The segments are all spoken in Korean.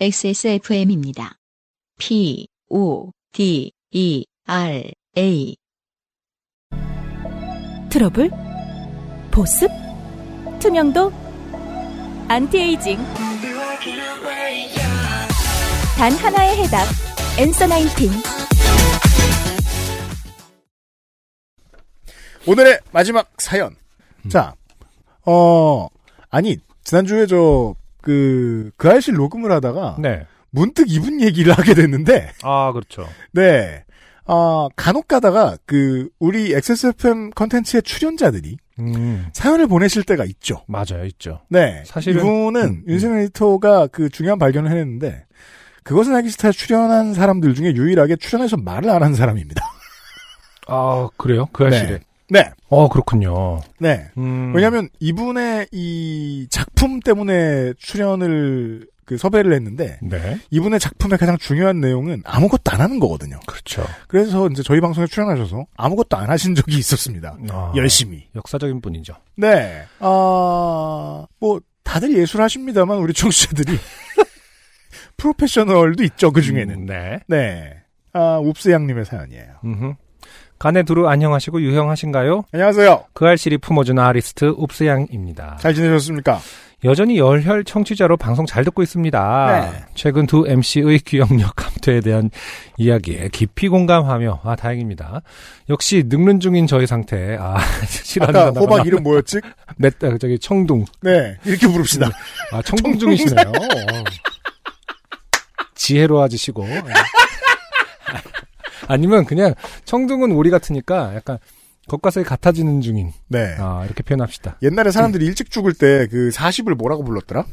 XSFM입니다. P, O, D, E, R, A. 트러블, 보습, 투명도, 안티에이징. 단 하나의 해답, 엔서 나인틴. 오늘의 마지막 사연. 자, 어, 아니, 지난주에 저, 그, 그 알실 녹음을 하다가, 네. 문득 이분 얘기를 하게 됐는데, 아, 그렇죠. 네. 아, 간혹 가다가, 그, 우리 XSFM 컨텐츠의 출연자들이 음. 사연을 보내실 때가 있죠. 맞아요, 있죠. 네. 사실은- 이분은 음, 음. 윤세민 에디터가 그 중요한 발견을 해냈는데, 그것은 알기 싫다 출연한 사람들 중에 유일하게 출연해서 말을 안 한 사람입니다. 아, 그래요? 그 아실에. 네. 어, 그렇군요. 네. 음. 왜냐면 하 이분의 이 작품 때문에 출연을 그 섭외를 했는데 네. 이분의 작품의 가장 중요한 내용은 아무것도 안 하는 거거든요. 그렇죠. 그래서 이제 저희 방송에 출연하셔서 아무것도 안 하신 적이 있었습니다. 아, 열심히. 역사적인 분이죠. 네. 아, 뭐 다들 예술하십니다만 우리 청취자들이 프로페셔널도 있죠 그 중에는. 음, 네. 네. 아, 웁스 양님의 사연이에요. 음흠. 간에 두루 안녕하시고 유형하신가요? 안녕하세요. 그 알실이 품어준 아리스트 옵스양입니다. 잘 지내셨습니까? 여전히 열혈 청취자로 방송 잘 듣고 있습니다. 네. 최근 두 MC의 기억력 감퇴에 대한 이야기에 깊이 공감하며 아 다행입니다. 역시 늙는 중인 저희 상태 아 싫어하는 아까 단어가 나- 호박 이름 뭐였지? 맷 아, 저기 청둥 네. 이렇게 부릅시다. 아 청둥 중이시네요. 어. 지혜로워지시고 예. 아, 아니면 그냥 청둥은 오리 같으니까 약간 겉과속이 같아지는 중인 네. 아 이렇게 표현합시다. 옛날에 사람들이 일찍 죽을 때 그 40을 뭐라고 불렀더라?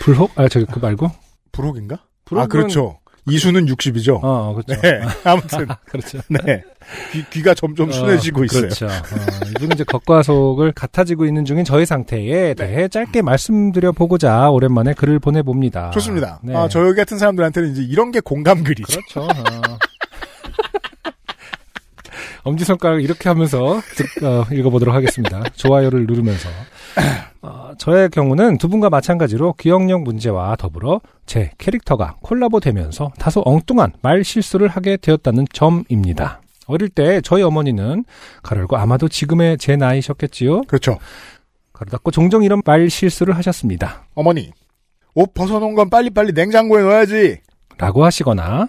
불혹 아 저기 그 말고 불혹인가? 아 불혹은- 그렇죠. 이수는 60이죠. 어 그렇죠. 네. 아무튼 그렇죠. 네. 귀, 가 점점 순해지고 어, 있어요. 그렇죠. 어, 이분은 이제 겉과 속을 같아지고 있는 중인 저희 상태에 네. 대해 짧게 말씀드려 보고자 오랜만에 글을 보내 봅니다. 네. 좋습니다. 아, 저희 같은 사람들한테는 이제 이런 게 공감글이죠. 그렇죠. 어. 엄지손가락 이렇게 하면서 듣- 어, 읽어보도록 하겠습니다. 좋아요를 누르면서. 어, 저의 경우는 두 분과 마찬가지로 기억력 문제와 더불어 제 캐릭터가 콜라보되면서 다소 엉뚱한 말 실수를 하게 되었다는 점입니다. 어릴 때 저희 어머니는 가르고 아마도 지금의 제 나이셨겠지요. 그렇죠. 가르 닫고 종종 이런 말 실수를 하셨습니다. 어머니. 옷 벗어놓은 건 빨리빨리 냉장고에 넣어야지. 라고 하시거나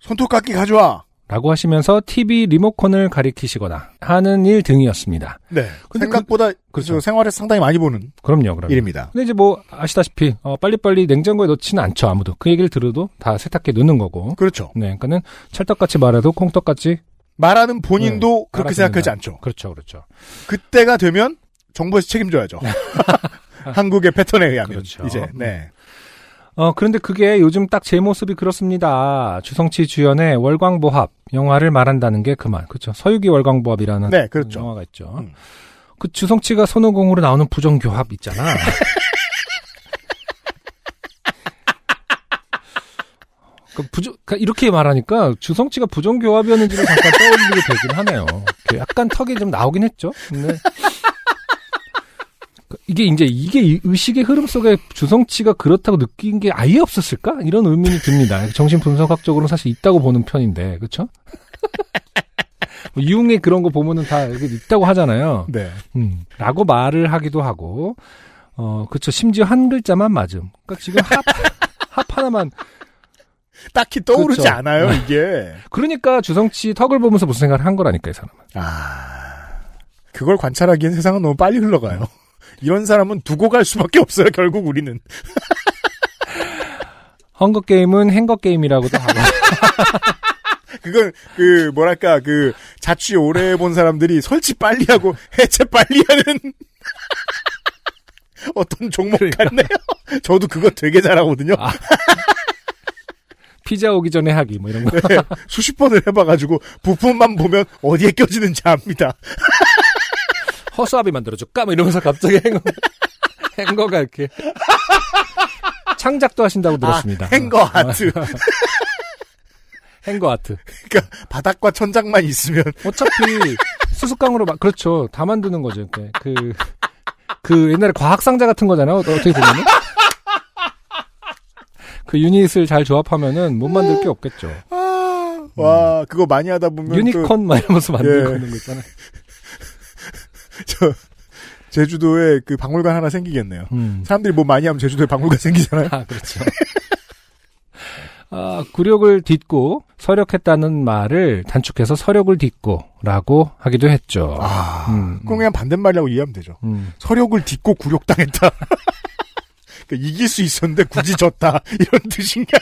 손톱깎이 가져와. 라고 하시면서 TV 리모컨을 가리키시거나 하는 일 등이었습니다. 네. 근데 생각보다 그렇죠. 그렇죠. 생활에서 상당히 많이 보는 그럼요, 그럼요. 일입니다. 근데 이제 뭐 아시다시피 어, 빨리빨리 냉장고에 넣지는 않죠 아무도 그 얘기를 들어도 다 세탁기에 넣는 거고 그렇죠. 네 그러니까는 찰떡같이 말해도 콩떡같이 말하는 본인도 네, 그렇게 알아듣는다. 생각하지 않죠. 그렇죠 그렇죠 그때가 되면 정부에서 책임져야죠. 한국의 패턴에 의하면 네. 그렇죠. 이제 네. 어 그런데 그게 요즘 딱 제 모습이 그렇습니다 주성치 주연의 월광보합 영화를 말한다는 게 그만 그렇죠 서유기 월광보합이라는 네, 그렇죠. 영화가 있죠 음. 그 주성치가 손오공으로 나오는 부정교합 있잖아 그 부정, 그 이렇게 말하니까 주성치가 부정교합이었는지를 잠깐 떠올리게 되긴 하네요. 이렇게 약간 턱이 좀 나오긴 했죠. 근데 그 이게 이제 이게 이- 의식의 흐름 속에 주성치가 그렇다고 느낀 게 아예 없었을까? 이런 의문이 듭니다. 정신 분석학적으로 는 사실 있다고 보는 편인데, 그렇죠? 이웅의 그런 거 보면은 다 이렇게 있다고 하잖아요. 네. 음, 라고 말을 하기도 하고, 어, 그쵸. 심지어 한 글자만 맞음. 그니까 지금 합, 합 하나만 딱히 떠오르지 그렇죠. 않아요, 이게. 그러니까 주성치 턱을 보면서 무슨 생각을 한 거라니까 이 사람은. 아. 그걸 관찰하기엔 세상은 너무 빨리 음. 흘러가요. 이런 사람은 두고 갈 수밖에 없어요, 결국 우리는. 헝거 게임은 행거 게임이라고도 하고. 그건, 그, 뭐랄까, 그, 자취 오래 해본 사람들이 설치 빨리 하고 해체 빨리 하는 어떤 종목 같네요. 저도 그거 되게 잘하거든요. 그러니까. 아. 피자 오기 전에 하기 뭐 이런 거. 네, 수십 번을 해봐가지고 부품만 보면 어디에 껴지는지 압니다. 허수아비 만들어줄까? 뭐 이러면서 갑자기 행거, 행거가 이렇게. 창작도 하신다고 들었습니다. 아, 행거 아트. 행거 아트. 그러니까 바닥과 천장만 있으면 어차피 수수깡으로 막 그렇죠 다 만드는 거죠. 이렇게. 그, 어, 그 옛날에 과학 상자 같은 거잖아요. 어떻게 보면은 그 유닛을 잘 조합하면은 못 만들 게 없겠죠. 아, 와, 그거 많이 하다 보면. 또, 음. 유니콘 막 이러면서 만들고 예. 있는 거 있잖아요. 저, 제주도에 그 박물관 하나 생기겠네요. 음. 사람들이 뭐 많이 하면 제주도에 박물관 생기잖아요. 아, 그렇죠. 아, 굴욕을 딛고 서력했다는 말을 단축해서 서력을 딛고라고 하기도 했죠. 아, 음, 그건 그냥 반대말이라고 이해하면 되죠. 음. 서력을 딛고 굴욕당했다. 그러니까 이길 수 있었는데 굳이 졌다. 이런 뜻인가요?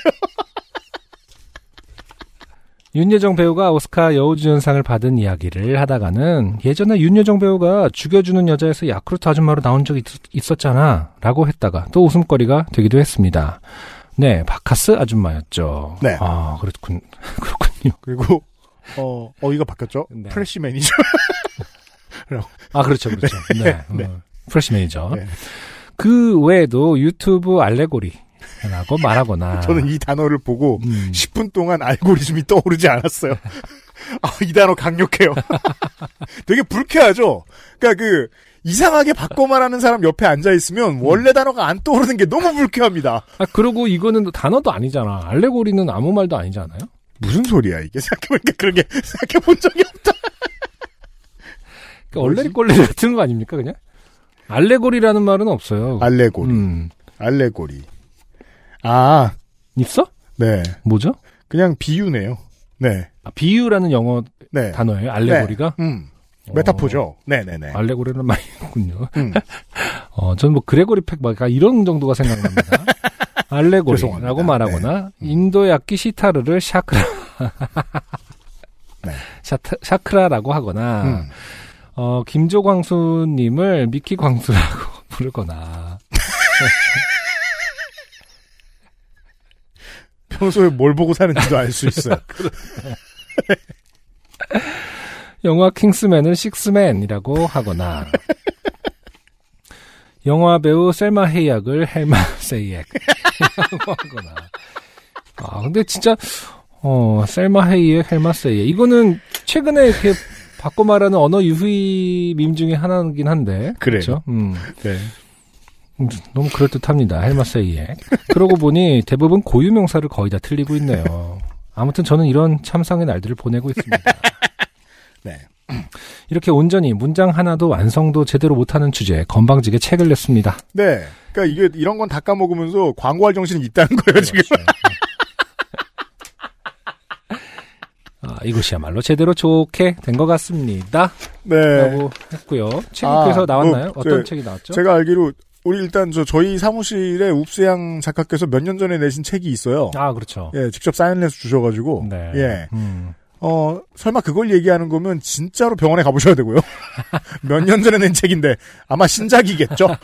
윤여정 배우가 오스카 여우주연상을 받은 이야기를 하다가는 예전에 윤여정 배우가 죽여주는 여자에서 야쿠르트 아줌마로 나온 적이 있, 었잖아 라고 했다가 또 웃음거리가 되기도 했습니다. 네, 바카스 아줌마였죠. 네. 아, 그렇군, 그렇군요. 그리고, 어, 어이가 바뀌었죠? 네. 프레시 매니저. 아, 그렇죠, 그렇죠. 네. 네. 어, 프레시 매니저. 네. 그 외에도 유튜브 알레고리라고 말하거나. 저는 이 단어를 보고 음, 10분 동안 알고리즘이 떠오르지 않았어요. 아, 이 단어 강력해요. 되게 불쾌하죠? 그니까 러 그, 이상하게 바꿔 말하는 사람 옆에 음. 앉아있으면 원래 단어가 안 떠오르는 게 너무 불쾌합니다. 아, 그리고 이거는 단어도 아니잖아. 알레고리는 아무 말도 아니지 않아요? 무슨 소리야, 이게. 생각해보니까 그런 게 생각해본 적이 없다. 그러니까 얼레리 꼴레리 같은 거 아닙니까, 그냥? 알레고리라는 말은 없어요. 알레고리. 음. 알레고리. 아, 있어? 네. 뭐죠? 그냥 비유네요. 네. 아, 비유라는 영어 네. 단어예요. 알레고리가? 어. 네. 음. 메타포죠. 네네네. 알레고리라는 말이군요. 음. 어, 전 뭐 그레고리 팩, 막 이런 정도가 생각납니다. 알레고리라고 죄송합니다. 음. 말하거나, 인도의 악기 시타르를 샤크라, 네. 샤트- 샤크라라고 하거나, 음. 어, 김조광수님을 미키 광수라고 부르거나, 평소에 뭘 보고 사는지도 알 수 있어요. 영화 킹스맨을 식스맨이라고 하거나, 영화 배우 셀마 헤이약을 헬마 세이액이라고 하거나. 아, 근데 진짜, 어, 셀마 헤이액, 헬마 세이액. 이거는 최근에 이렇게 바꿔 말하는 언어 유희 밈 중에 하나긴 한데. 그래요. 그렇죠? 음. 네. 음, 너무 그럴듯합니다. 헬마세이에. 그러고 보니 대부분 고유 명사를 거의 다 틀리고 있네요. 아무튼 저는 이런 참상의 날들을 보내고 있습니다. 네. 이렇게 온전히 문장 하나도 완성도 제대로 못하는 주제에 건방지게 책을 냈습니다. 네. 그러니까 이게 이런 건 다 까먹으면서 광고할 정신이 있다는 거예요, 지금. 아, 이것이야말로 제대로 좋게 된 것 같습니다. 네. 라고 했고요. 책이 아, 그래서 나왔나요? 뭐, 어떤 제- 책이 나왔죠? 제가 알기로 우리 일단 저 저희 사무실에 웁스양 작가께서 몇 년 전에 내신 책이 있어요. 아, 그렇죠. 예, 직접 사인해서 주셔가지고. 네. 예. 음. 어, 설마 그걸 얘기하는 거면 진짜로 병원에 가보셔야 되고요. 몇 년 전에 낸 책인데 아마 신작이겠죠. 네.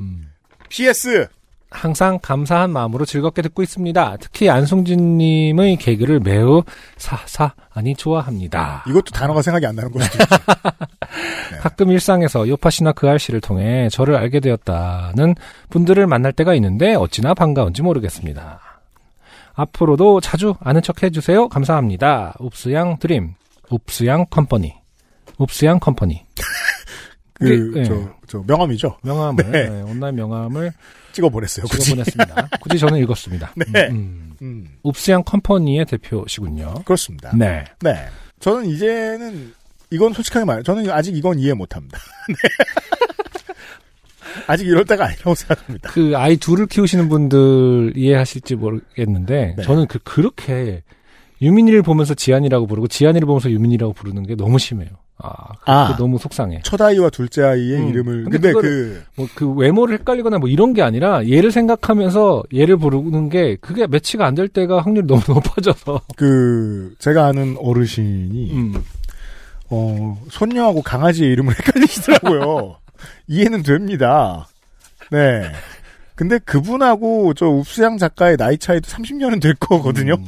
음. PS. 항상 감사한 마음으로 즐겁게 듣고 있습니다. 특히 안승준님의 개그를 매우 사사 아니 좋아합니다. 이것도 단어가 생각이 안 나는 거죠. 예. 가끔 일상에서 요파씨나 그 알씨를 통해 저를 알게 되었다는 분들을 만날 때가 있는데 어찌나 반가운지 모르겠습니다. 앞으로도 자주 아는 척 해주세요. 감사합니다. 읍스양 드림, 읍스양 컴퍼니, 읍스양 컴퍼니. 그, 네. 저, 저 명함이죠. 명함을 네. 네, 온라인 명함을 찍어보냈어요. 굳이. 보냈습니다. 굳이 저는 읽었습니다. 네. 음, 음. 음, 읍스양 컴퍼니의 대표시군요. 그렇습니다. 네. 네. 저는 이제는 이건 솔직하게 말해요. 저는 아직 이건 이해 못합니다. 네. 아직 이럴 때가 아니라고 생각합니다. 그 아이 둘을 키우시는 분들 이해하실지 모르겠는데 네. 저는 그 그렇게 유민이를 보면서 지안이라고 부르고 지안이를 보면서 유민이라고 부르는 게 너무 심해요. 아, 그게 아. 너무 속상해. 첫 아이와 둘째 아이의 음. 이름을 근데 근데, 그 뭐 그 외모를 헷갈리거나 뭐 이런 게 아니라 얘를 생각하면서 얘를 부르는 게 그게 매치가 안 될 때가 확률이 너무 높아져서. 그 제가 아는 어르신이 음. 어, 손녀하고 강아지의 이름을 헷갈리시더라고요. 이해는 됩니다. 네. 근데 그분하고 저 읍수양 작가의 나이 차이도 30년은 될 거거든요. 음.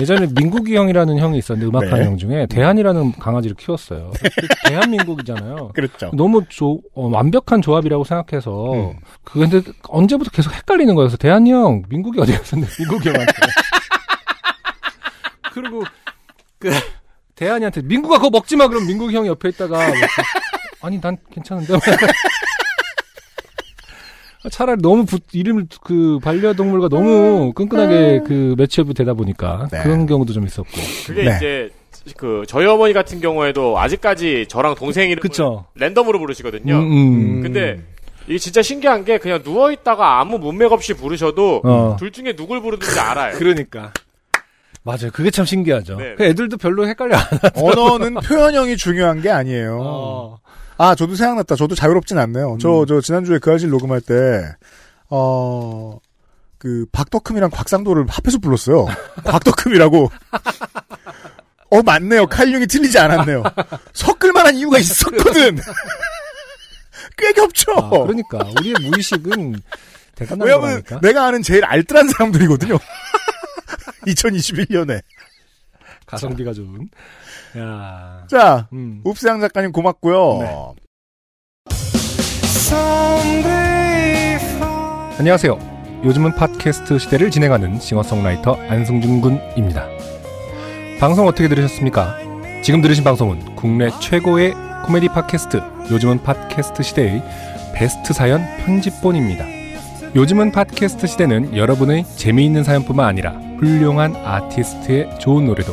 예전에 민국이 형이라는 형이 있었는데 음악하는 네. 형 중에 대한이라는 강아지를 키웠어요. 대한민국이잖아요. 그렇죠. 너무 조, 어, 완벽한 조합이라고 생각해서 음. 그 근데 언제부터 계속 헷갈리는 거여서 대한이 형 민국이 어디 갔었는데 민국이 형한테 그리고 그 대한이한테 민국아 그거 먹지 마 그럼 민국이 형 옆에 있다가 막 아니 난 괜찮은데 차라리 너무 부- 이름을 그 반려동물과 너무 끈끈하게 그 매치업이 되다 보니까 네. 그런 경우도 좀 있었고. 그게 네. 이제 그 저희 어머니 같은 경우에도 아직까지 저랑 동생 이름을 그쵸. 랜덤으로 부르시거든요. 음, 음. 근데 이게 진짜 신기한 게 그냥 누워 있다가 아무 문맥 없이 부르셔도 어. 둘 중에 누굴 부르든지 알아요. 그러니까. 맞아요. 그게 참 신기하죠. 네. 그 애들도 별로 헷갈려 안 언어는 표현형이 중요한 게 아니에요. 어. 아, 저도 생각났다. 저도 자유롭진 않네요. 음. 저, 저, 지난주에 그 아실 녹음할 때, 어, 그, 박덕흠이랑 곽상도를 합해서 불렀어요. 곽덕흠이라고. 어, 맞네요. 칼륨이 틀리지 않았네요. 섞을 만한 이유가 있었거든. 꽤 겹쳐. 아, 그러니까. 우리의 무의식은 대단한 왜냐면 거니까. 내가 아는 제일 알뜰한 사람들이거든요. 2021년에. 가성비가 좋은. 야. 자, 음. 읍세양 작가님 고맙고요. 네. 안녕하세요. 요즘은 팟캐스트 시대를 진행하는 싱어송라이터 안승준 군입니다. 방송 어떻게 들으셨습니까? 지금 들으신 방송은 국내 최고의 코미디 팟캐스트 요즘은 팟캐스트 시대의 베스트 사연 편집본입니다. 요즘은 팟캐스트 시대는 여러분의 재미있는 사연뿐만 아니라 훌륭한 아티스트의 좋은 노래도